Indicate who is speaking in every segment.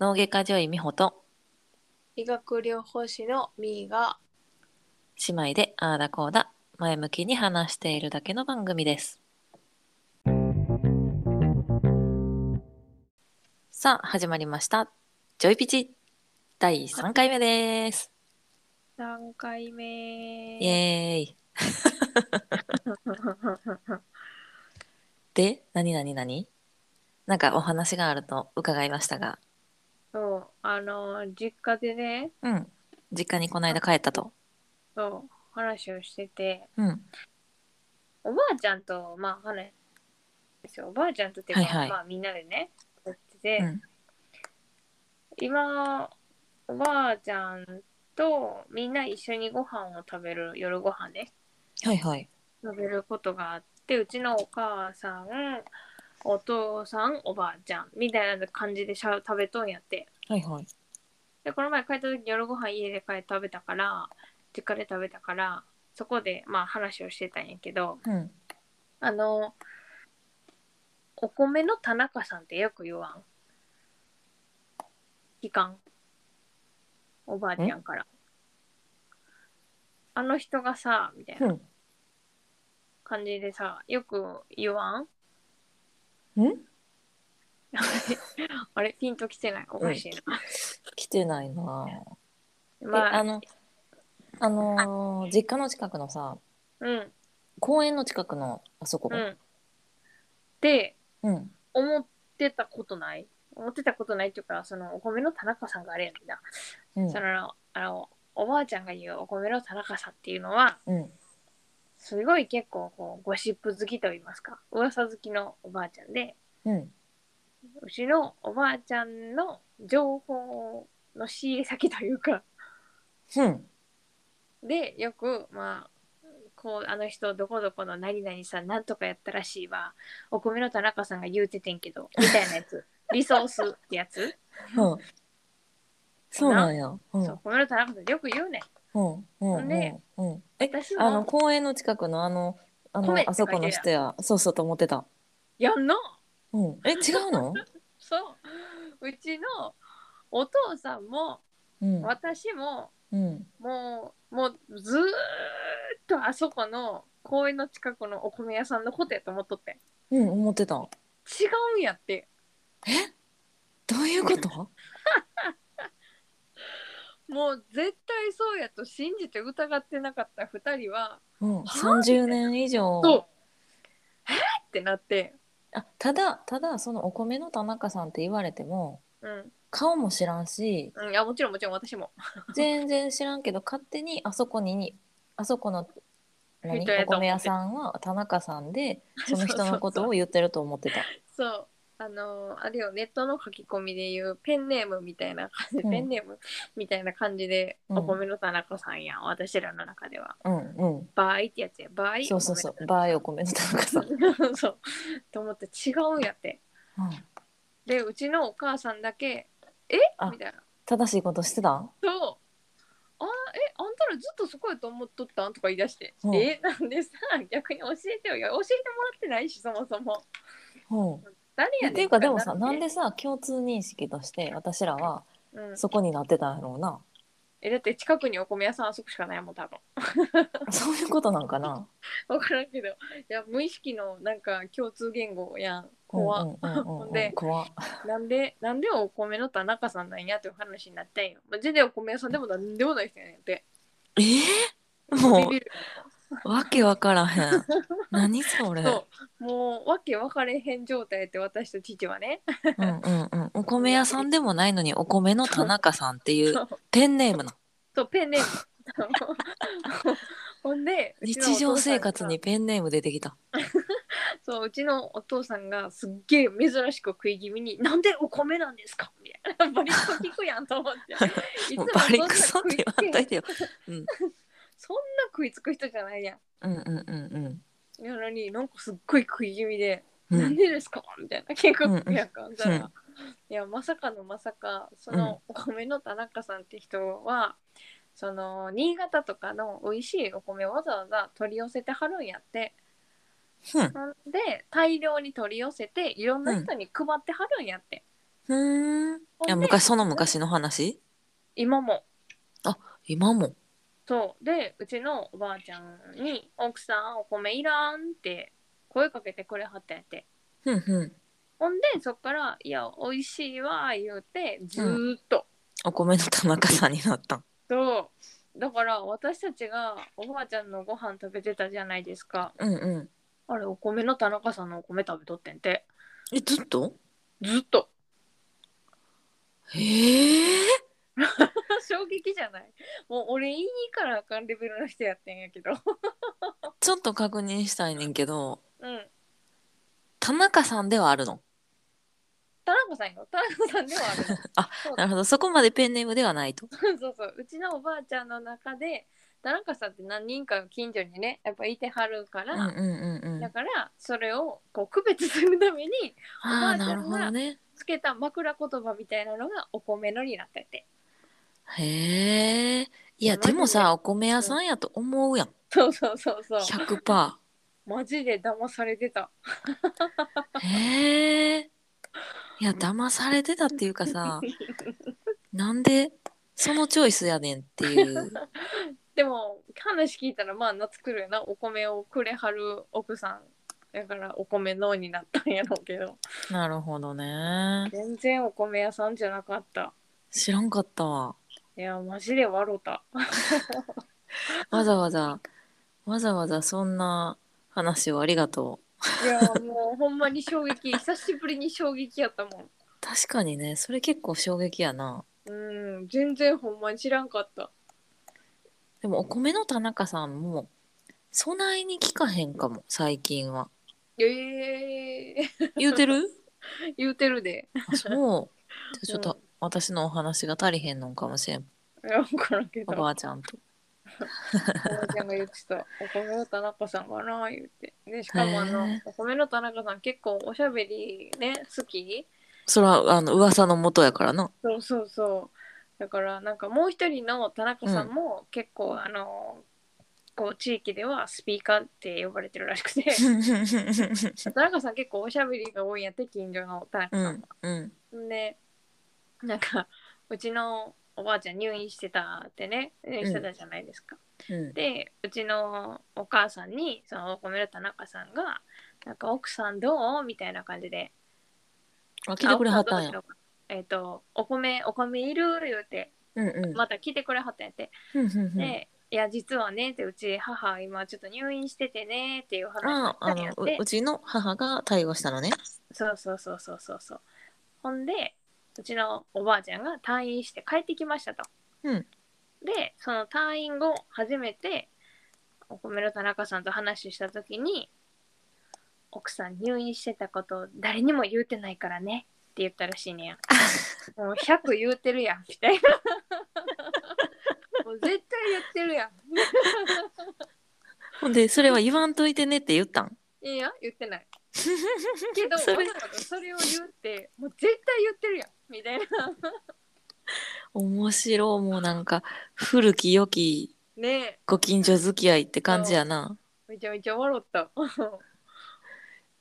Speaker 1: 脳外科女医美穂と
Speaker 2: 医学療法士のみーが
Speaker 1: 姉妹でああだこうだ前向きに話しているだけの番組ですさあ始まりましたジョイピチ第3回目です
Speaker 2: 何回目
Speaker 1: イエーイで何何何なんかお話があると伺いましたが
Speaker 2: そうあの実家でね
Speaker 1: うん実家にこの間帰ったと
Speaker 2: そう話をしてて
Speaker 1: うん
Speaker 2: おばあちゃんとまあ話ですよおばあちゃんとっていうか、
Speaker 1: はいはい
Speaker 2: まあみんなでねやってて、
Speaker 1: うん
Speaker 2: 今おばあちゃんとみんな一緒にご飯を食べる夜ご飯ね
Speaker 1: はいはい
Speaker 2: 食べることがあってうちのお母さんお父さんおばあちゃんみたいな感じでしゃ食べとんやって
Speaker 1: はいはい
Speaker 2: でこの前帰った時夜ご飯家で帰って食べたから実家で食べたからそこでまあ話をしてたんやけど
Speaker 1: うん
Speaker 2: あのお米の田中さんってよく言わん聞かんおばあちゃんからあの人がさみたいな
Speaker 1: うん
Speaker 2: 感じでさよく言わん
Speaker 1: ん
Speaker 2: あれピンときてないおかしいな、
Speaker 1: 来てないなぁ
Speaker 2: ま
Speaker 1: で
Speaker 2: あ
Speaker 1: あの、あのー実家の近くのさ
Speaker 2: うん
Speaker 1: 公園の近くのあそこ
Speaker 2: う、んって
Speaker 1: うん、
Speaker 2: 思ってたことない思ってたことないっていうかそのお米の田中さんがあれやんな、
Speaker 1: うん
Speaker 2: そのあのおばあちゃんが言うお米の田中さんっていうのは
Speaker 1: うん
Speaker 2: すごい結構こうゴシップ好きと言いますか噂好きのおばあちゃんで
Speaker 1: うん
Speaker 2: うちのおばあちゃんの情報の仕入れ先というか
Speaker 1: うん
Speaker 2: でよくまあこうあの人どこどこの何々さんなんとかやったらしいわお米の田中さんが言うててんけどみたいな やつリソースってやつ、
Speaker 1: うんそうなんやうん
Speaker 2: そうお米の田中さんよく言うねん
Speaker 1: うんうんうん
Speaker 2: で
Speaker 1: うんえ
Speaker 2: 私は
Speaker 1: あの公園の近くのあのあの
Speaker 2: 米って
Speaker 1: あそこの人やそうそうと思ってた
Speaker 2: やんの
Speaker 1: うんえ違うの
Speaker 2: そううちのお父さんも
Speaker 1: うん
Speaker 2: 私も
Speaker 1: うん
Speaker 2: もうもうずーっとあそこの公園の近くのお米屋さんのことやと思っとって
Speaker 1: うん思ってたど
Speaker 2: 違うんやって
Speaker 1: ういうこと
Speaker 2: もう絶対そうやと信じて疑ってなかった2人は
Speaker 1: うん30年以上
Speaker 2: そうえーってなって、
Speaker 1: あただただそのお米の田中さんって言われても
Speaker 2: うん、
Speaker 1: 顔も知らんし
Speaker 2: うん、いやもちろんもちろん私も
Speaker 1: 全然知らんけど勝手にあそこにあそこの何
Speaker 2: 人やと思
Speaker 1: お
Speaker 2: って
Speaker 1: 米屋さんは田中さん でその人のことを言ってると思ってた。
Speaker 2: そうあのーあれよネットの書き込みで言うペンネームみたいな感じ、
Speaker 1: うん
Speaker 2: ペンネームみたいな感じで、
Speaker 1: うん
Speaker 2: お米の田中さんやん私らの中では
Speaker 1: うんうん。
Speaker 2: 場合ってやつや場合
Speaker 1: そうそうそ
Speaker 2: お米
Speaker 1: う。バーイお米の田中さん。う
Speaker 2: の田中さん そうと思って違うんやって
Speaker 1: ん
Speaker 2: でうちのお母さんだけえ
Speaker 1: あ
Speaker 2: みたいな
Speaker 1: 正しいことしてた？
Speaker 2: そうあえあんたらずっとそこやと思っとったんとか言い出して、
Speaker 1: うん
Speaker 2: えなんでさ逆に教えてよいや教えてもらってないしそもそも
Speaker 1: うん。
Speaker 2: 誰やねん
Speaker 1: っていうかでもさ、なん
Speaker 2: で、
Speaker 1: でさ共通認識として私らは
Speaker 2: うん、
Speaker 1: そこになってたんやろうな。
Speaker 2: えだって近くにお米屋さんあそこしかないもん多分
Speaker 1: そういうことなんかな。
Speaker 2: 分からんけどいや無意識のなんか共通言語やん
Speaker 1: 怖。
Speaker 2: 怖、
Speaker 1: うんうんうん
Speaker 2: ほん
Speaker 1: うん
Speaker 2: で
Speaker 1: 怖。
Speaker 2: なんでなんでお米の田中さんなんやという話になったんよ、まあ、全然お米屋さんでもなんでもない人やねんって
Speaker 1: えー？も
Speaker 2: ビビる
Speaker 1: うわけわからへん。何それ。
Speaker 2: そうもう訳分かれへん状態やって私と父はね
Speaker 1: うんうんうん、お米屋さんでもないのにお米の田中さんってい
Speaker 2: そうう
Speaker 1: ペンネームな
Speaker 2: そうペンネームほんでうちのお
Speaker 1: 日常
Speaker 2: 父さん
Speaker 1: 生
Speaker 2: が
Speaker 1: 活にペンネーム出てきた
Speaker 2: そううちのお父さんがすっげえ珍しく食い気味に「なんでお米なんですか?」みたいなバリクソ聞くやんと思ってい つ
Speaker 1: も
Speaker 2: も
Speaker 1: うバリクソって言わんといてよ、
Speaker 2: そんな食いつく人じゃないや
Speaker 1: うん、うんうん
Speaker 2: んなのになんかすっごい食い気味で「
Speaker 1: うんう
Speaker 2: なんんでですか?」みたいな結構やんか、そしたら
Speaker 1: うん
Speaker 2: いやまさかのまさかそのお米の田中さんって人は、その新潟とかの美味しいお米わざわざ取り寄せてはるんやって
Speaker 1: ふん
Speaker 2: ほんで大量に取り寄せていろんな人に配ってはるんやって、
Speaker 1: ふーん。いや
Speaker 2: ほんで
Speaker 1: 昔その昔の話
Speaker 2: 今も
Speaker 1: 今も。
Speaker 2: そうでうちのおばあちゃんに「奥さんお米いらん」って声かけてくれはったんやって
Speaker 1: ふんふん。
Speaker 2: ほんでそっから「いや美味しいわ」言うてずーっと、
Speaker 1: お米の田中さんになったん。
Speaker 2: そうだから私たちがおばあちゃんのご飯食べてたじゃないですか
Speaker 1: うんうん。
Speaker 2: あれお米の田中さんのお米食べとってんて
Speaker 1: え、ずっと
Speaker 2: ずっと
Speaker 1: へえ。
Speaker 2: 衝撃じゃないもう俺いいからあかんレベルの人やってんやけど
Speaker 1: ちょっと確認したいねんけど、
Speaker 2: うん
Speaker 1: 田中さんではあるの
Speaker 2: 田中さんよ田中さんではある の
Speaker 1: なるほど。そこまでペンネームではないと。
Speaker 2: そうそううちのおばあちゃんの中で田中さんって何人か近所にねやっぱいてはるか
Speaker 1: うん
Speaker 2: ら、
Speaker 1: うんうんうん。
Speaker 2: だ
Speaker 1: あ
Speaker 2: からそれをこう区別するために
Speaker 1: あ
Speaker 2: おばあ
Speaker 1: ー、
Speaker 2: ちゃんが
Speaker 1: なるほどね。
Speaker 2: つけた枕言葉みたいなのがお米のになってて
Speaker 1: へえ。いや、
Speaker 2: マジ
Speaker 1: で
Speaker 2: で
Speaker 1: もさ、お米屋さんやと思うやん。
Speaker 2: そうそうそうそう
Speaker 1: 100%。
Speaker 2: マジで騙されてた
Speaker 1: へえ。いや、騙されてたっていうかさ、なんでそのチョイスやねんっていう。
Speaker 2: でも話聞いたらまあ夏来るよなお米をくれはる奥さんだからお米のになったんやろうけど
Speaker 1: なるほどね。
Speaker 2: 全然お米屋さんじゃなかった
Speaker 1: 知らんかったわ。
Speaker 2: いやマジで笑った
Speaker 1: わざわざ、わざわざそんな話をありがとう。
Speaker 2: いやもうほんまに衝撃久しぶりに衝撃やったもん
Speaker 1: 確かにね、それ結構衝撃やな。
Speaker 2: うん全然ほんまに知らんかった
Speaker 1: でも、お米の田中さんも、備えに聞かへんかも、最近は。
Speaker 2: ええ
Speaker 1: 言うてる
Speaker 2: ー、言うてるで
Speaker 1: あそう。じゃあちょっと、私のお話が足りへんのんかもしれん。
Speaker 2: いや分からんけ
Speaker 1: お
Speaker 2: どおば
Speaker 1: ばあちゃんと。
Speaker 2: あちゃんが言ってた「お米の田中さんかな」言うてでしかもあの
Speaker 1: へー
Speaker 2: お米の田中さん結構おしゃべりね好き
Speaker 1: それはあの噂の元やからな。
Speaker 2: そうそうそうだからなんかもう一人の田中さんも結構、あのこう地域ではスピーカーって呼ばれてるらしく て田中さん結構おしゃべりが多いんやって近所の田中
Speaker 1: う
Speaker 2: さんは
Speaker 1: んうん
Speaker 2: でなんかうちのおばあちゃん入院してたってね入院してたじゃないですか。
Speaker 1: うん。
Speaker 2: でうちのお母さんにそのお米の田中さんが「なんか奥さんどう?」みたいな感じで
Speaker 1: あ
Speaker 2: 「
Speaker 1: 聞いてくれはったんや
Speaker 2: あ。奥さどうしようかえっ、と「お米お米いる?」言うて
Speaker 1: うんうん。
Speaker 2: また来てくれはったんやって。
Speaker 1: うんうんうん
Speaker 2: で「いや実はね」ってうち母今ちょっと入院しててねっていう話だ
Speaker 1: あ
Speaker 2: った
Speaker 1: あ
Speaker 2: ん
Speaker 1: の
Speaker 2: やっ
Speaker 1: う
Speaker 2: て
Speaker 1: うちの母が対話したのね。
Speaker 2: そうそうそうそうそうそうほんでうちのおばあちゃんが退院して帰ってきましたと、
Speaker 1: うん
Speaker 2: でその退院後初めてお米の田中さんと話した時に「奥さん入院してたこと誰にも言うてないからね」って言ったらし いねやもう100言うてるやんみたいなもう絶対言ってるやん
Speaker 1: ほんでそれは言わんといてねって言ったん。
Speaker 2: いいや言ってないけ ど
Speaker 1: それ
Speaker 2: わざわざそれを言ってもう絶対言ってるやんみたいな
Speaker 1: 面白いもうなんか古き良き
Speaker 2: ねえ
Speaker 1: ご近所付き合いって感じやな。
Speaker 2: めちゃめちゃ笑った。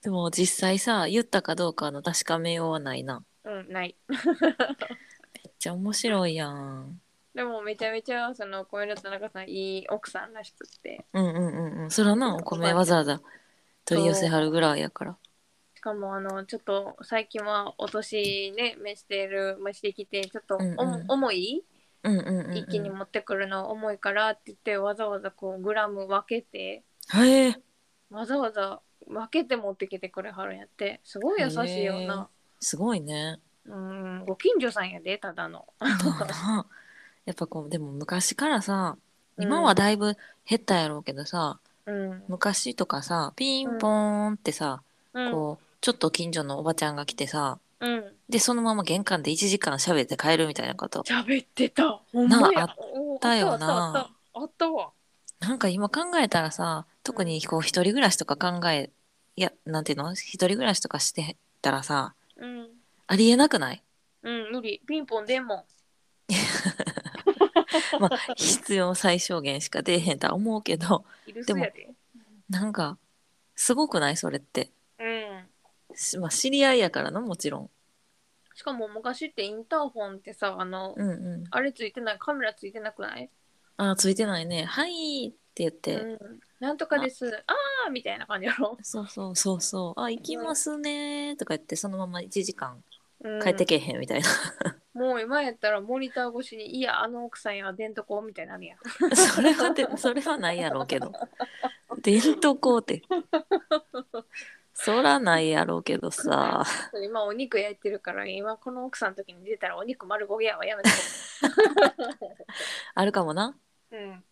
Speaker 1: でも実際さ言ったかどうかの確かめようはないな。
Speaker 2: うん、ない。
Speaker 1: めっちゃ面白いやん。
Speaker 2: でもめちゃめちゃその小室田中さんいい奥さんらしくって
Speaker 1: うんうんうんうん。そらなお米わざわざ取り寄せはるぐらいやから。
Speaker 2: しかもあのちょっと最近はお年ね召してる召してきてちょっと
Speaker 1: う
Speaker 2: お
Speaker 1: んうん
Speaker 2: 重い
Speaker 1: うんうんうん、うん。
Speaker 2: 一気に持ってくるの重いからって言ってわざわざこうグラム分けて
Speaker 1: へえ
Speaker 2: わざわざ分けて持ってきてくれはるんやってすごい優しいよな。
Speaker 1: すごい ね。
Speaker 2: うんご近所さんやでただの。
Speaker 1: やっぱこうでも昔からさ
Speaker 2: うん
Speaker 1: 今はだいぶ減ったやろうけどさ、
Speaker 2: うん、
Speaker 1: 昔とかさピンポーンってさ、
Speaker 2: うん
Speaker 1: こうちょっと近所のおばちゃんが来てさ
Speaker 2: うん
Speaker 1: でそのまま玄関で1時間喋って帰るみたいなこと
Speaker 2: 喋ってたほんま
Speaker 1: な
Speaker 2: や
Speaker 1: あったよな
Speaker 2: おあったあったあったわ
Speaker 1: なんか今考えたらさ特にこう一人暮らしとか考えいやなんていうの一人暮らしとかしてたらさ
Speaker 2: うん
Speaker 1: ありえなくない
Speaker 2: うん無理ピンポンでも
Speaker 1: まあ必要最小限しか出えへんとは思うけど
Speaker 2: いるすやで
Speaker 1: なんかすごくないそれって。
Speaker 2: うん
Speaker 1: しまあ、知り合いやからな、もちろん。
Speaker 2: しかも昔ってインターホンってさあの、
Speaker 1: うんうん。
Speaker 2: あれついてないカメラついてなくない、
Speaker 1: あー、ついてないね。はいって言って。
Speaker 2: うん、なんとかですああーみたいな感じやろ、
Speaker 1: そうそうそうそう。あ、行きますねーとか言って、そのまま1時間
Speaker 2: うん、
Speaker 1: 帰ってけえへんみたいな。
Speaker 2: もう今やったらモニター越しに「いやあの奥さんやでんとこ」みたいになるやん
Speaker 1: それはで、それはないやろうけど。伝統工程。そらないやろうけどさ。
Speaker 2: 今お肉焼いてるから今この奥さんの時に出たらお肉丸ごげやはやめて、
Speaker 1: あるかもな。
Speaker 2: うん、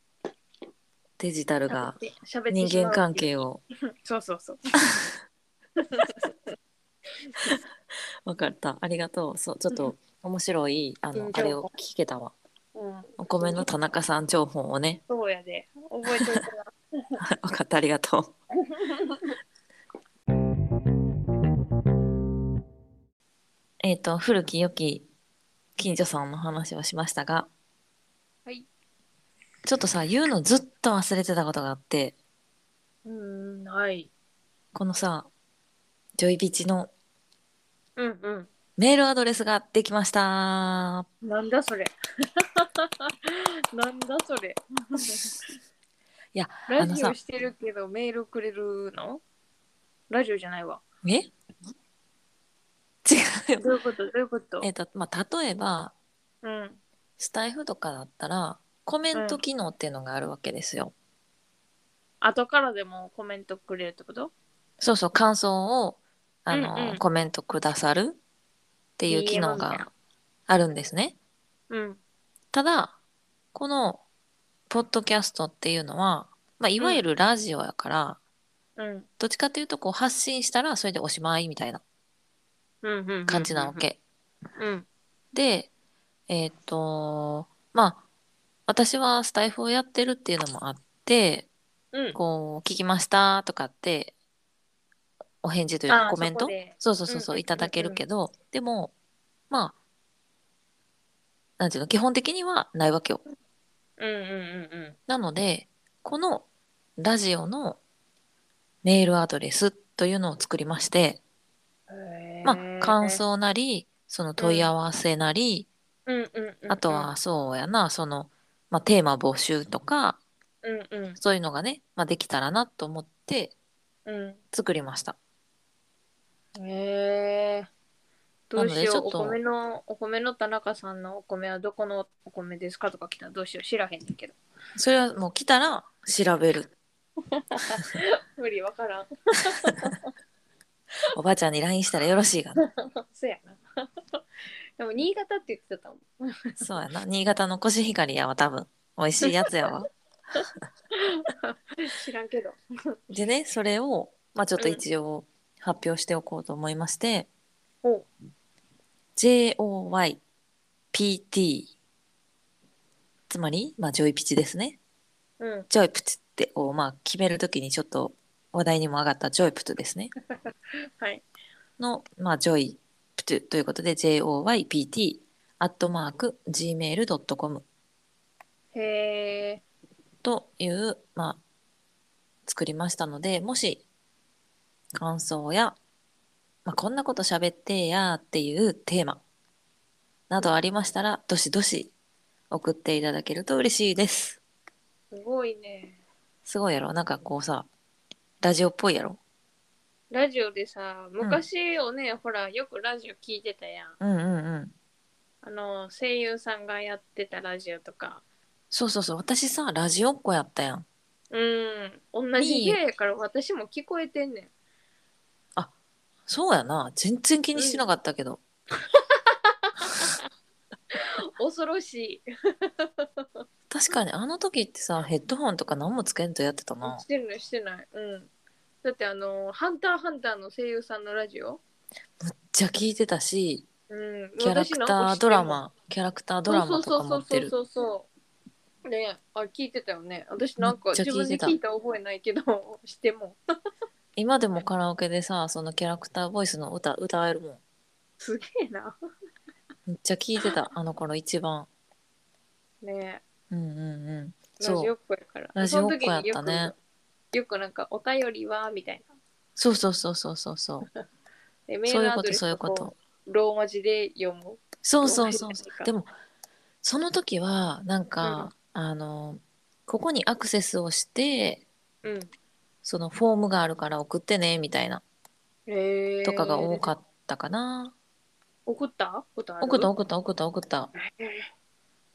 Speaker 1: デジタル が
Speaker 2: 喋って
Speaker 1: 人間関
Speaker 2: し
Speaker 1: 係を。
Speaker 2: まうっていうそうそうそう
Speaker 1: わかった。ありがとう。そう、ちょっと面白い、あ
Speaker 2: う
Speaker 1: の
Speaker 2: ん、
Speaker 1: あれを聞けたわ。
Speaker 2: うん、
Speaker 1: お米の田中さん情報をね。
Speaker 2: そうやで覚えておいてな
Speaker 1: わかった。ありがとう。 えっと、古き良き近所さんの話をしましたが、
Speaker 2: はい
Speaker 1: ちょっとさ、言うのずっと忘れてたことがあって、
Speaker 2: うんはい
Speaker 1: このさ、ジョイビチの
Speaker 2: うんうん
Speaker 1: メールアドレスができました。
Speaker 2: なんだそれ なんだそれ
Speaker 1: いや
Speaker 2: ラ
Speaker 1: あの
Speaker 2: ジ
Speaker 1: さ
Speaker 2: オしてるけどメールくれるのラジオじゃないわ
Speaker 1: え 違うよ。
Speaker 2: どういうことどういうこと
Speaker 1: えっと、まあ、例えば、
Speaker 2: うん
Speaker 1: スタイフとかだったら、コメント機能っていうのがあるわけですよ。
Speaker 2: 後からでもコメントくれるってこと
Speaker 1: そうそう、感想を、あの、
Speaker 2: うんうん
Speaker 1: コメントくださるっていう機能
Speaker 2: DM みたい
Speaker 1: が
Speaker 2: な
Speaker 1: あるんですね。
Speaker 2: うん
Speaker 1: ただ、この、ポッドキャストっていうのは、まあ、いわゆるラジオやから、
Speaker 2: うん
Speaker 1: どっちかっていうと、こう、発信したら、それでおしまいみたいな
Speaker 2: うんうん
Speaker 1: 感じなわけ。
Speaker 2: うん
Speaker 1: で、えっ、と、まあ、私はスタイフをやってるっていうのもあって、
Speaker 2: うん
Speaker 1: こう、聞きましたとかって、お返事という
Speaker 2: あ
Speaker 1: か
Speaker 2: ー
Speaker 1: コメン
Speaker 2: そ
Speaker 1: ト
Speaker 2: こで
Speaker 1: そうそうそうそう
Speaker 2: うんうんうんうん
Speaker 1: いただけるけど、でも、まあ、なんていうの、基本的にはないわけよ。
Speaker 2: うんうんうん
Speaker 1: なので、このラジオのメールアドレスというのを作りまして、
Speaker 2: うん
Speaker 1: まあ、
Speaker 2: へー
Speaker 1: 感想なり、その問い合わせなり、
Speaker 2: うんうんうんうん
Speaker 1: あとはそうやな、その、まあ、テーマ募集とか、
Speaker 2: うんうん
Speaker 1: そういうのがね、まあ、できたらなと思って
Speaker 2: う
Speaker 1: 作りました。
Speaker 2: んへえどうし
Speaker 1: なのでち
Speaker 2: よ
Speaker 1: ょ
Speaker 2: う
Speaker 1: っと
Speaker 2: お米のお米の田中さんのお米はどこのお米ですかとか来たらどうしよう知らへんねんけど
Speaker 1: それはもう来たら調べる。
Speaker 2: 無理わからん
Speaker 1: おばあちゃんに LINE したらよろしいがな。
Speaker 2: そうやな でも新潟って言ってたもん
Speaker 1: そうやな。新潟のコシヒカリやわ、多分。美味しいやつやわ。
Speaker 2: 知らんけど
Speaker 1: でね、それを、まあちょっと一応発表しておこうと思いまして、
Speaker 2: お
Speaker 1: JOYPT。つまり、まあ、ジョイピチですね。
Speaker 2: うん
Speaker 1: ジョイプチってを、まあ、決めるときにちょっと話題にも上がったジョイプトですね。
Speaker 2: はい
Speaker 1: の、まあ、ジョイプトということで、JOYPT、アットマーク、gmail.com
Speaker 2: へえ
Speaker 1: という、まあ、作りましたので、もし、感想や、まあ、こんなこと喋ってやーっていうテーマなどありましたら、どしどし送っていただけると嬉しいです。
Speaker 2: すごいね
Speaker 1: すごいやろなんかこうさ、ラジオっぽいやろ
Speaker 2: ラジオでさ昔をね、ほらよくラジオ聞いてたやん
Speaker 1: うんうんうん。
Speaker 2: あの声優さんがやってたラジオとか
Speaker 1: そうそうそう。私さ、ラジオっ子やったやん。
Speaker 2: うん同じ部屋やから私も聞こえてんねん
Speaker 1: そうやな。全然気にしてなかったけど。
Speaker 2: 恐ろしい
Speaker 1: 確かにあの時ってさ、ヘッドホンとか何もつけんとやってたな。
Speaker 2: してないしてないうんだってあの「ハンターハンター」の声優さんのラジオ
Speaker 1: じゃあ聞いてたし、
Speaker 2: うん
Speaker 1: キャラクタードラマ、キャラクタードラマとか持ってる。
Speaker 2: そうそうそうそうそうねあ聞いてたよね私なんか
Speaker 1: めっちゃ
Speaker 2: 自
Speaker 1: 聞い
Speaker 2: 分
Speaker 1: て
Speaker 2: で
Speaker 1: た
Speaker 2: 聞いた覚えないけど しても
Speaker 1: 今でもカラオケでさ、そのキャラクターボイスの歌歌えるもん。
Speaker 2: すげえな
Speaker 1: めっちゃ聞いて た、あの頃一番。
Speaker 2: ね
Speaker 1: うんうんうん。
Speaker 2: ラジ
Speaker 1: そ
Speaker 2: オ
Speaker 1: う。
Speaker 2: っ子やから
Speaker 1: ラジオっ子やったね
Speaker 2: その時によくよくなんかお便りはみたいな
Speaker 1: そうそうそうそうそうそう。
Speaker 2: でメー
Speaker 1: そうい
Speaker 2: ル
Speaker 1: う
Speaker 2: ア
Speaker 1: こ
Speaker 2: ド
Speaker 1: と
Speaker 2: レス
Speaker 1: そういうこ
Speaker 2: を
Speaker 1: と。
Speaker 2: ローマ字で読む
Speaker 1: そうそうそうそ
Speaker 2: どうなるか
Speaker 1: う。でもその時はなんか、あのここにアクセスをして
Speaker 2: うん
Speaker 1: そのフォームがあるから送ってねみたいな
Speaker 2: へえ
Speaker 1: とかが多か
Speaker 2: っ
Speaker 1: ったかな。
Speaker 2: た送った送った
Speaker 1: 送った送った送った送った。
Speaker 2: へー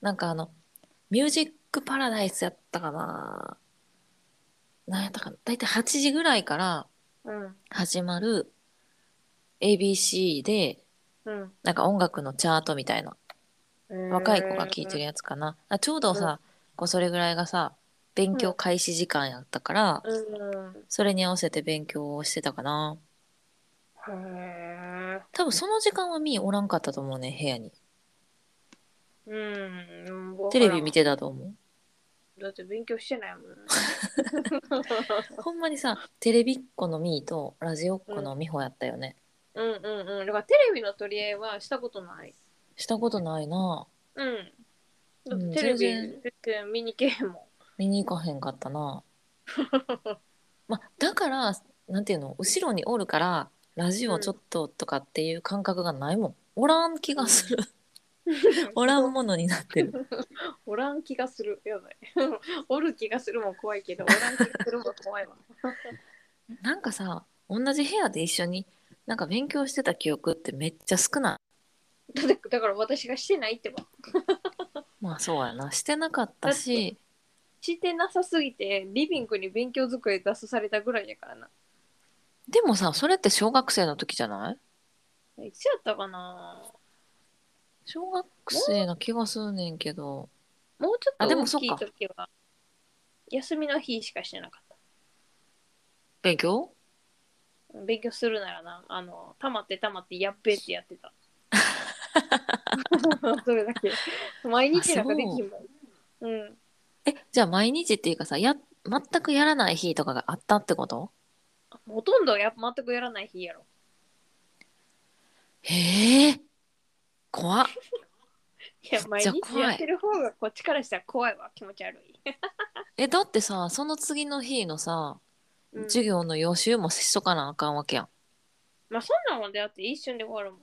Speaker 1: なんかあのミュージックパラダイスやったかな。なんやったかな。だいたい8時ぐらいから
Speaker 2: うん
Speaker 1: 始まる ABC で
Speaker 2: うん
Speaker 1: なんか音楽のチャートみたいな
Speaker 2: へー
Speaker 1: 若い子が聴いてるやつかな、あちょうどさ、こうそれぐらいがさ勉強開始時間やったから、
Speaker 2: うん
Speaker 1: それに合わせて勉強をしてたかな
Speaker 2: へ
Speaker 1: 多分その時間はみーおらんかったと思うね部屋に
Speaker 2: ーうんわからん
Speaker 1: テレビ見てたと思
Speaker 2: だって勉強してないもん
Speaker 1: うほんまにさテレビっ子のみーとラジオっ子のみほやったよね、
Speaker 2: うんうんうんだからテレビの取り合いはしたことない
Speaker 1: したことないな
Speaker 2: うんだ
Speaker 1: う
Speaker 2: っ
Speaker 1: ん
Speaker 2: てテレビ
Speaker 1: 全
Speaker 2: 全然見に行けへん も
Speaker 1: 見に行かへんかった なまだからなんていうの後ろにおるからラジオちょっととかっていう感覚がないもんおらん気がする
Speaker 2: ん
Speaker 1: おらんものになってる
Speaker 2: おらん気がするやばい おる気がするも怖いけどおらん気がするも怖いわ
Speaker 1: なんかさ同じ部屋で一緒になんか勉強してた記憶ってめっちゃ少な
Speaker 2: だってだから私がしてないってば
Speaker 1: いまあそうやなしてなかったし
Speaker 2: してなさすぎてリビングに勉強机出さされたぐらいやからな
Speaker 1: でもさそれって小学生の時じゃない
Speaker 2: いつやったかな
Speaker 1: 小学生な気がすんねんけど
Speaker 2: もうちょっと
Speaker 1: あでも
Speaker 2: 大
Speaker 1: そっ
Speaker 2: きい
Speaker 1: か
Speaker 2: 時は休みの日しかしてなかっ
Speaker 1: 勉強
Speaker 2: た勉強するならなあのたまってたまってやっべってやっ てたそれだけ毎日なんかできんもんうん
Speaker 1: えじゃあ毎日っていうかさや全くやらない日とかがあったってこと
Speaker 2: ほとんどや全くやらない日やろ
Speaker 1: へえ怖っ
Speaker 2: いや、
Speaker 1: めっ
Speaker 2: 毎
Speaker 1: ちゃ
Speaker 2: 日
Speaker 1: 怖い
Speaker 2: やってる方がこっちからしたら怖いわ、気持ち悪い。
Speaker 1: えだってさその次の日のさ
Speaker 2: うん
Speaker 1: 授業の予習もしとかなあかんわけやん
Speaker 2: まあ、そんなもんでだって一瞬で終わるもん。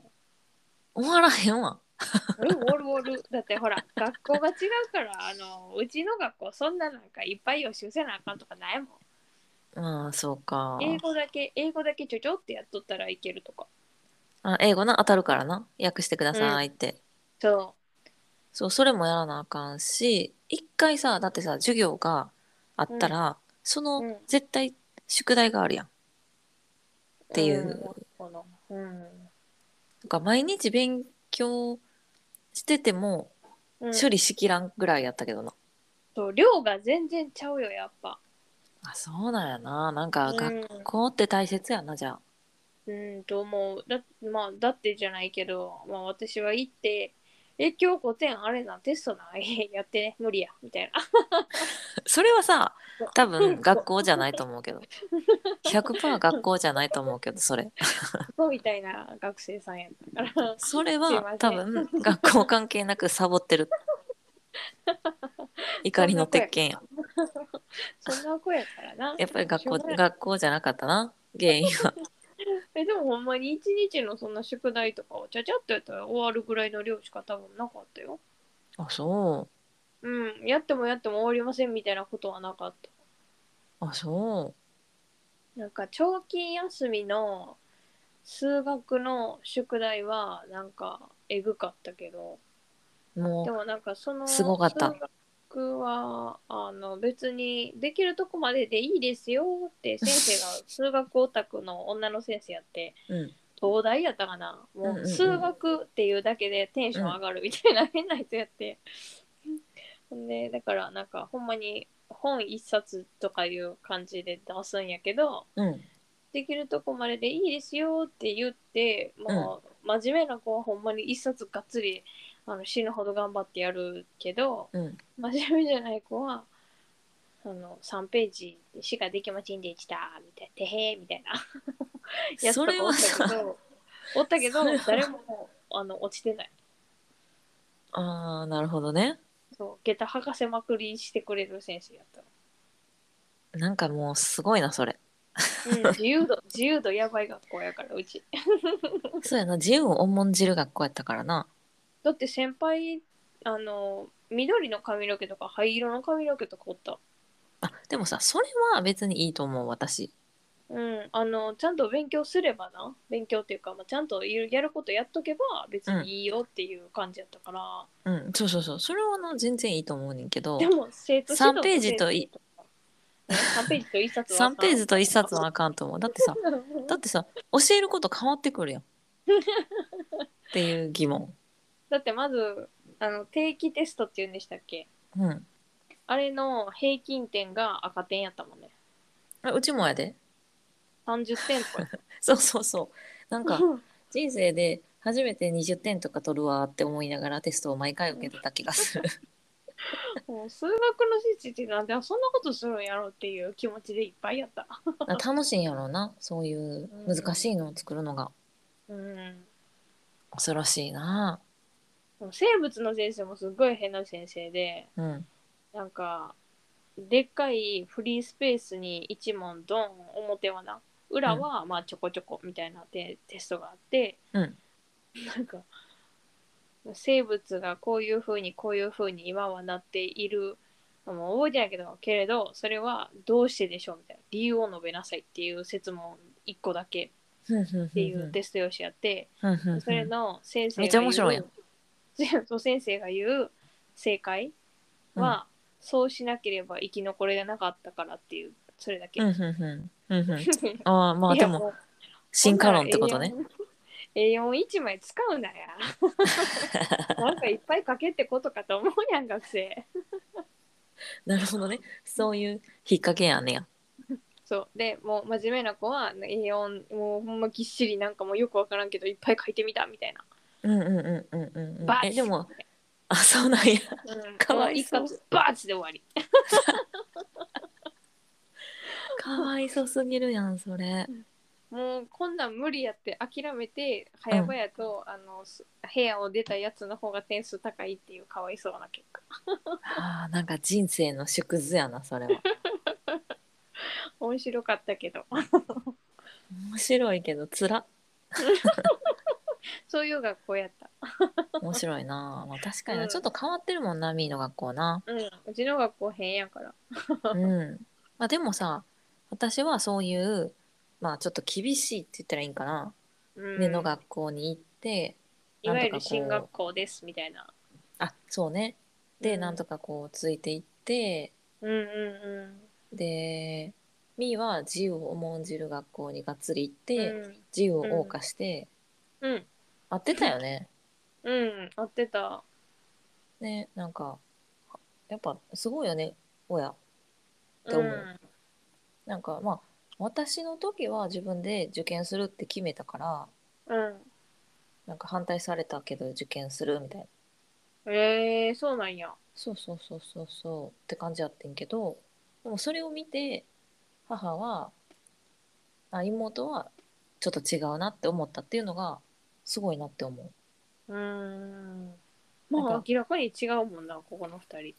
Speaker 1: 終わらへんわ
Speaker 2: うん終わる終わる。だってほら、学校が違うから、あの、うちの学校、そんななんかいっぱい予習せなあかんとかないもん。
Speaker 1: うんそうか
Speaker 2: 英語だけ、英語だけちょちょってやっとったらいけるとか。
Speaker 1: あ英語な当たるからな訳してくださいって、
Speaker 2: そ
Speaker 1: そうそれもやらなあかんし一回さだってさ授業があったら、その、
Speaker 2: うん
Speaker 1: 絶対宿題があるやん
Speaker 2: う。
Speaker 1: っていう、
Speaker 2: んこのうん
Speaker 1: なんか毎日勉強してても
Speaker 2: うん、
Speaker 1: 処理しきらんぐらいやったけどな、
Speaker 2: と量が全然ちゃうよやっぱ、
Speaker 1: あそうなんやななんか
Speaker 2: うん
Speaker 1: 学校って大切やなじゃあ
Speaker 2: うん、と思うだ,、まあ、だってじゃないけど、まあ、私は行って「え今日5点あれなテストない やってね無理や」みたいな
Speaker 1: それはさ多分
Speaker 2: そう
Speaker 1: 学校じゃないと思うけど100%学校じゃないと思うけどそれ
Speaker 2: そうみたいな 学生さんやったから。
Speaker 1: それ
Speaker 2: すいませ
Speaker 1: は
Speaker 2: ん
Speaker 1: 多分学校関係なくサボ ってる怒りの鉄拳や
Speaker 2: そんな子やからな。
Speaker 1: やっぱり学校
Speaker 2: しょうがない
Speaker 1: 学校じゃなかったな原因 は
Speaker 2: えでもほんまに一日のそんな宿題とかをちゃちゃっとやったら終わるぐらいの量しか多分なかったよ。
Speaker 1: あそ
Speaker 2: うん、やってもやっても終わりませんみたいなことはなかった。
Speaker 1: うあそ
Speaker 2: なんか長期休みの数学の宿題はなんかえぐかったけど、
Speaker 1: うも
Speaker 2: で
Speaker 1: う
Speaker 2: もなんかその
Speaker 1: すごかった
Speaker 2: 数学はあの別にできるとこまででいいですよって先生が数学オタクの女の先生やって
Speaker 1: うん
Speaker 2: 東大やったかな
Speaker 1: うん
Speaker 2: も
Speaker 1: うんう
Speaker 2: うん数学っていうだけでテンション上がるみたいな変な人やって、ほんでだからなんかほんまに本一冊とかいう感じで出すんやけど
Speaker 1: うん
Speaker 2: できるとこまででいいですよって言って、まあ、真面目な子はほんまに一冊がっつりあの死ぬほど頑張ってやるけど
Speaker 1: うん
Speaker 2: 真面目じゃない子はあの3ページしかできませんでしたみたいな「てへー」みたいなやつ
Speaker 1: そ
Speaker 2: と
Speaker 1: れ
Speaker 2: かお
Speaker 1: は
Speaker 2: ったけ
Speaker 1: さ
Speaker 2: どおったけど
Speaker 1: それは
Speaker 2: 誰もあの落ちてない
Speaker 1: あーなるほどね
Speaker 2: そう下駄履かせまくりしてくれる先生やった
Speaker 1: なんかもうすごいな、それ。
Speaker 2: うん、自由度、自由度やばい学校やから、うち。
Speaker 1: そうやな、自由を重んじる学校やったからな。
Speaker 2: だって先輩、あの、緑の髪の毛とか灰色の髪の毛とかおった。
Speaker 1: あ、でもさ、それは別にいいと思う、私。
Speaker 2: うん、あの、ちゃんと勉強すればな、勉強っていうか、まあ、ちゃんといるやることやっとけば別にいいよっていう感じやったから、
Speaker 1: うん、そうそうそう。それはな、全然いいと思うねんけど
Speaker 2: で、も生徒指導
Speaker 1: 3ページとい
Speaker 2: 3ページと1冊は
Speaker 1: 3ページと1冊はあかんと思う。だって さ、だってさ、教えること変わってくるやん。っていう疑問。
Speaker 2: だってまずあの定期テストっていうんでしたっけ
Speaker 1: うん。
Speaker 2: あれの平均点が赤点やったもんね
Speaker 1: あうちもやで。
Speaker 2: 30点とか
Speaker 1: そうそうそう。なんか、
Speaker 2: うん
Speaker 1: 人生で初めて20点とか取るわって思いながらテストを毎回受けてた気がす る。
Speaker 2: もう数学の先生ってなんでそんなことするんやろっていう気持ちでいっぱいやった
Speaker 1: なんか楽しいんやろうな。そういう難しいのを作るのが
Speaker 2: うん
Speaker 1: 恐ろしいな。
Speaker 2: でも生物の先生もすごい変な先生で
Speaker 1: うん。
Speaker 2: なんかでっかいフリースペースに1問ドン表はな裏はまあちょこちょこみたいなテテストがあって、
Speaker 1: うん
Speaker 2: なんか生物がこういうふうにこういうふうに今はなっているのも覚えてないけどけれどそれはどうしてでしょうみたいな理由を述べなさいっていう説問1個だけっていうテスト用紙やって、それの先
Speaker 1: め
Speaker 2: 生が言う
Speaker 1: っちゃ面白いやん
Speaker 2: そう先生が言う正解は、そうしなければ生き残れなかったからっていうそれだけ。
Speaker 1: うん うんうんうんうんああまあ
Speaker 2: いや
Speaker 1: でも
Speaker 2: う
Speaker 1: 進化論ってことね。。
Speaker 2: A41 枚使う なや。なんかいっぱい書けってことかと思うやん学生。
Speaker 1: なるほどねそういう引っ掛けやねや。
Speaker 2: そうでもう真面目な子は A4 もうほんまぎっしりなんかもうよくわからんけどいっぱい書いてみたみたいな。
Speaker 1: うんうんうんうんうんうん
Speaker 2: バチ
Speaker 1: えでも あそうなんや。
Speaker 2: うん、
Speaker 1: かわいそう
Speaker 2: も一括バーチで終わり。
Speaker 1: かわいそすぎるやんそれ。
Speaker 2: もうこんなん無理やって諦めて早々と、あのす部屋を出たやつの方が点数高いっていうかわいそうな結果
Speaker 1: ああなんか人生の縮図やなそ れは。
Speaker 2: 面白かったけど
Speaker 1: 面白いけどつら
Speaker 2: そういう学校やった、
Speaker 1: 面白いな、まあ、確かに
Speaker 2: う
Speaker 1: なんちょっと変わってるもんなみーの学校な。
Speaker 2: うん、うちの学校変やから
Speaker 1: うんまあ、でもさ私はそういう、まあ、ちょっと厳しいって言ったらいいんかな、
Speaker 2: うん
Speaker 1: 目の学校に行って
Speaker 2: いわゆ
Speaker 1: なんとかこう
Speaker 2: る進学校ですみたいな
Speaker 1: あそうねで、
Speaker 2: うん
Speaker 1: なんとかこうついていって
Speaker 2: うんうん
Speaker 1: でみーは自由を重んじる学校にがっつり行っ
Speaker 2: うん
Speaker 1: て、自由を謳歌して、
Speaker 2: うんうん
Speaker 1: 合ってたよね。
Speaker 2: うん合ってた
Speaker 1: ねなんかやっぱすごいよね親。って思うなんかまあ私の時は自分で受験するって決めたから
Speaker 2: うん、
Speaker 1: なんか反対されたけど受験するみたいな。
Speaker 2: うん、えー、そうなんや
Speaker 1: そうそうそうそうそうって感じやってんけどでもそれを見て母はあ妹はちょっと違うなって思ったっていうのがすごいなって思う
Speaker 2: うん
Speaker 1: な
Speaker 2: ま
Speaker 1: ん
Speaker 2: あ
Speaker 1: か
Speaker 2: 明らかに違うもんなここの二人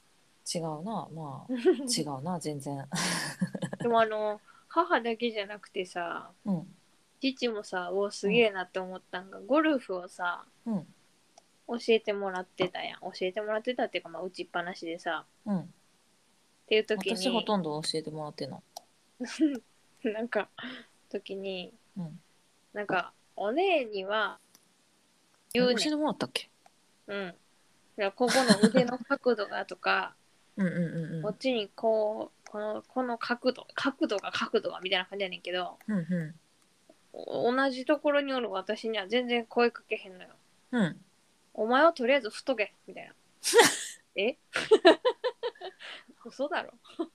Speaker 1: 違うな まあ違うな全然
Speaker 2: でもあの母だけじゃなくてさ
Speaker 1: うん
Speaker 2: 父もさおすげえなって思ったんが、ゴルフをさ
Speaker 1: うん
Speaker 2: 教えてもらってたやん教えてもらってたっていうか、まあ、打ちっぱなしでさ
Speaker 1: うん
Speaker 2: っていう時
Speaker 1: 私ほ
Speaker 2: に
Speaker 1: とんど教えてもらってない
Speaker 2: なんか時に、
Speaker 1: うん
Speaker 2: なんかお姉には言
Speaker 1: 教
Speaker 2: う
Speaker 1: え
Speaker 2: ねん
Speaker 1: てもらったっけ
Speaker 2: うんだからここの腕の角度がとか
Speaker 1: うんうん うんうん
Speaker 2: こっちにこうこのこの角度角度が角度がみたいな感じやねんけど
Speaker 1: うんう
Speaker 2: お同じところにおる私には全然声かけへんのよ
Speaker 1: んうん
Speaker 2: お前はとりあえず太けみたいな。え 嘘だろ ん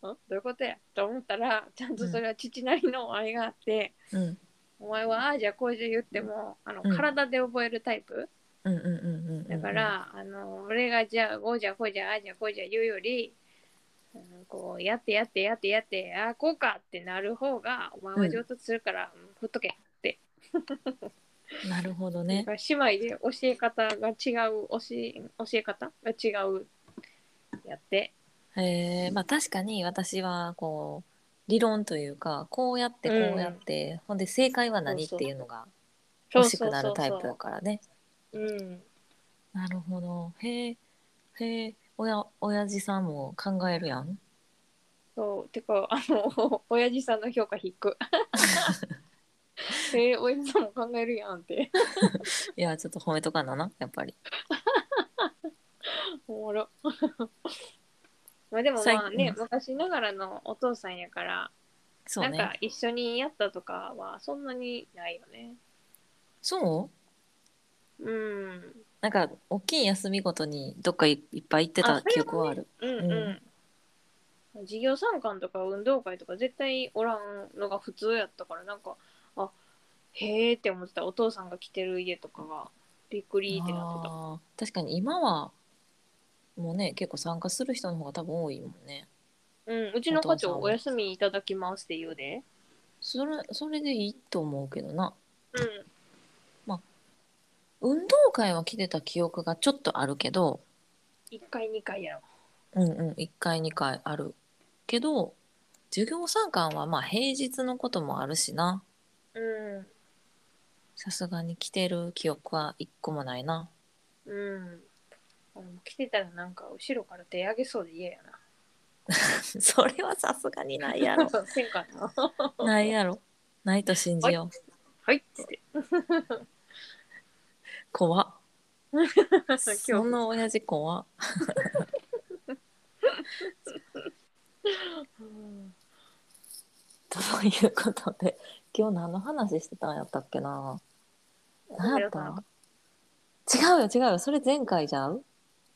Speaker 2: どういうことやと思ったらちゃんとそれは父なりのあれがあって、
Speaker 1: うん
Speaker 2: お前はああじゃあこうじゃ言ってもあの
Speaker 1: うん
Speaker 2: 体で覚えるタイプ、
Speaker 1: うんうんうんうんうん
Speaker 2: だから、あの俺がじゃあこうじゃこうじゃああじゃこうじゃ言うより、うんこうやってやってやってやってああこうかってなる方がお前は上達するから、うん、ほっとけ
Speaker 1: なるほど
Speaker 2: なん
Speaker 1: ね
Speaker 2: か姉妹で教え方が違う教え教え方が違うやって
Speaker 1: えーまあ確かに私はこう理論というかこうやってこうやって、ほんで正解は何っ
Speaker 2: そうそう
Speaker 1: ていうのが
Speaker 2: そう
Speaker 1: 欲し
Speaker 2: そ
Speaker 1: く
Speaker 2: う
Speaker 1: な
Speaker 2: そ
Speaker 1: る
Speaker 2: う
Speaker 1: タイ
Speaker 2: そ
Speaker 1: プだ
Speaker 2: う。
Speaker 1: からね。
Speaker 2: うん。
Speaker 1: なるほど。へえへえおや親父さんも考えるやん。
Speaker 2: そう。てか、あの、親父さんの評価低 く。えー、親父さんも考えるやんって。
Speaker 1: いやちょっと褒めとかななやっぱり。
Speaker 2: おもろ。 まあでも
Speaker 1: 最
Speaker 2: まあね、
Speaker 1: う
Speaker 2: 昔ながらのお父さんやから、
Speaker 1: そう
Speaker 2: なんか
Speaker 1: ね。
Speaker 2: 一緒にやったとかはそんなにないよね。
Speaker 1: そう
Speaker 2: うん。
Speaker 1: なんか大きい休みごとにどっかいいっぱい行ってた
Speaker 2: あそれはね
Speaker 1: 記憶はある。
Speaker 2: うんうん。授業参観とか運動会とか絶対おらんのが普通やったからなんかあへえって思ってたお父さんが来てる家とかがびっくりってなってた
Speaker 1: あー確かに今はもうね結構参加する人の方が多分多いもんね。
Speaker 2: うんうちの課
Speaker 1: お父さん
Speaker 2: 長
Speaker 1: は
Speaker 2: お休みいただきますって言うで
Speaker 1: それそれでいいと思うけどな。
Speaker 2: うん
Speaker 1: 運動会は来てた記憶がちょっとあるけど、
Speaker 2: 1回2回やろ
Speaker 1: うんうん、1回2回あるけど授業参観はまあ平日のこともあるしな
Speaker 2: う
Speaker 1: さすがに来てる記憶は1個もない な
Speaker 2: うんうんあの来てたらなんか後ろから手上げそうで嫌やな
Speaker 1: それはさすがにないやろ
Speaker 2: せんかな
Speaker 1: ないやろないと信じよう
Speaker 2: はいっつって
Speaker 1: 怖っ
Speaker 2: 今
Speaker 1: そん
Speaker 2: 日
Speaker 1: な親父怖っ
Speaker 2: うん
Speaker 1: ということで今日何の話してたんやったっけな何やった
Speaker 2: お米の
Speaker 1: 違うよ違うよそれ前回じゃう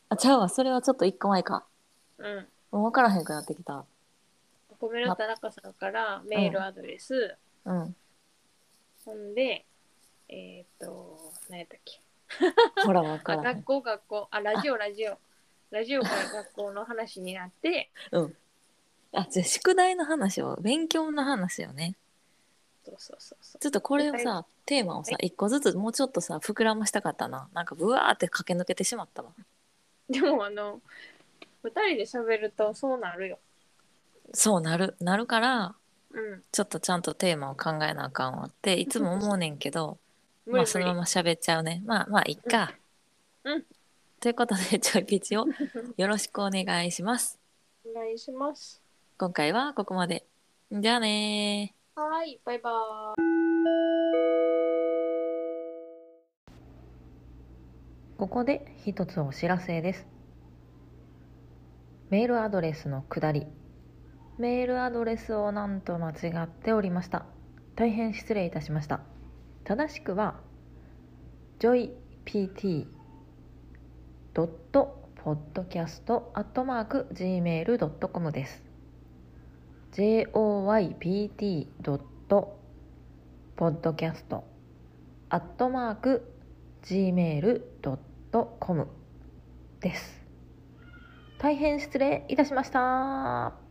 Speaker 1: あ違うわそれはちょっと1個前か
Speaker 2: うん
Speaker 1: もう分からへんくなってきた
Speaker 2: お米の田中さんからメールアドレス、
Speaker 1: うん
Speaker 2: ほんで、えっ、と、何やったっけ。
Speaker 1: ほら分か
Speaker 2: あ、
Speaker 1: らへん
Speaker 2: 学校、学校、あ、ラジオ、ラジオ。ラジオから学校の話になって、
Speaker 1: あ、じゃあ宿題の話を、勉強の話をね。
Speaker 2: そうそうそうそう。
Speaker 1: ちょっとこれを
Speaker 2: は
Speaker 1: さ、テーマをさ、一個ずつもうちょっとさ、膨らましたかったな。なんかブワーって駆け抜けてしまったわ。
Speaker 2: でも、あの、二人で喋るとそうなるよ。
Speaker 1: そうなる、なるから、
Speaker 2: うん。
Speaker 1: ちょっとちゃんとテーマを考えなあかんわって、いつも思うねんけ ど、
Speaker 2: 無
Speaker 1: まあ
Speaker 2: 理
Speaker 1: そ
Speaker 2: 無
Speaker 1: の
Speaker 2: 理。
Speaker 1: まま喋っちゃうね。まあまあ、いっか。
Speaker 2: うんうん
Speaker 1: ということで、ちょいピチをよろしくお願いします。
Speaker 2: お願いします。
Speaker 1: 今回はここまで。じゃあねー。
Speaker 2: はーい、バイバーイ。
Speaker 1: ここで一つお知らせです。メールアドレスの下り。メールアドレスをなんと間違っておりました。大変失礼いたしました。正しくは、joypt.podcast.gmail.com です。joypt.podcast.gmail.com gmail.com です。大変失礼いたしました。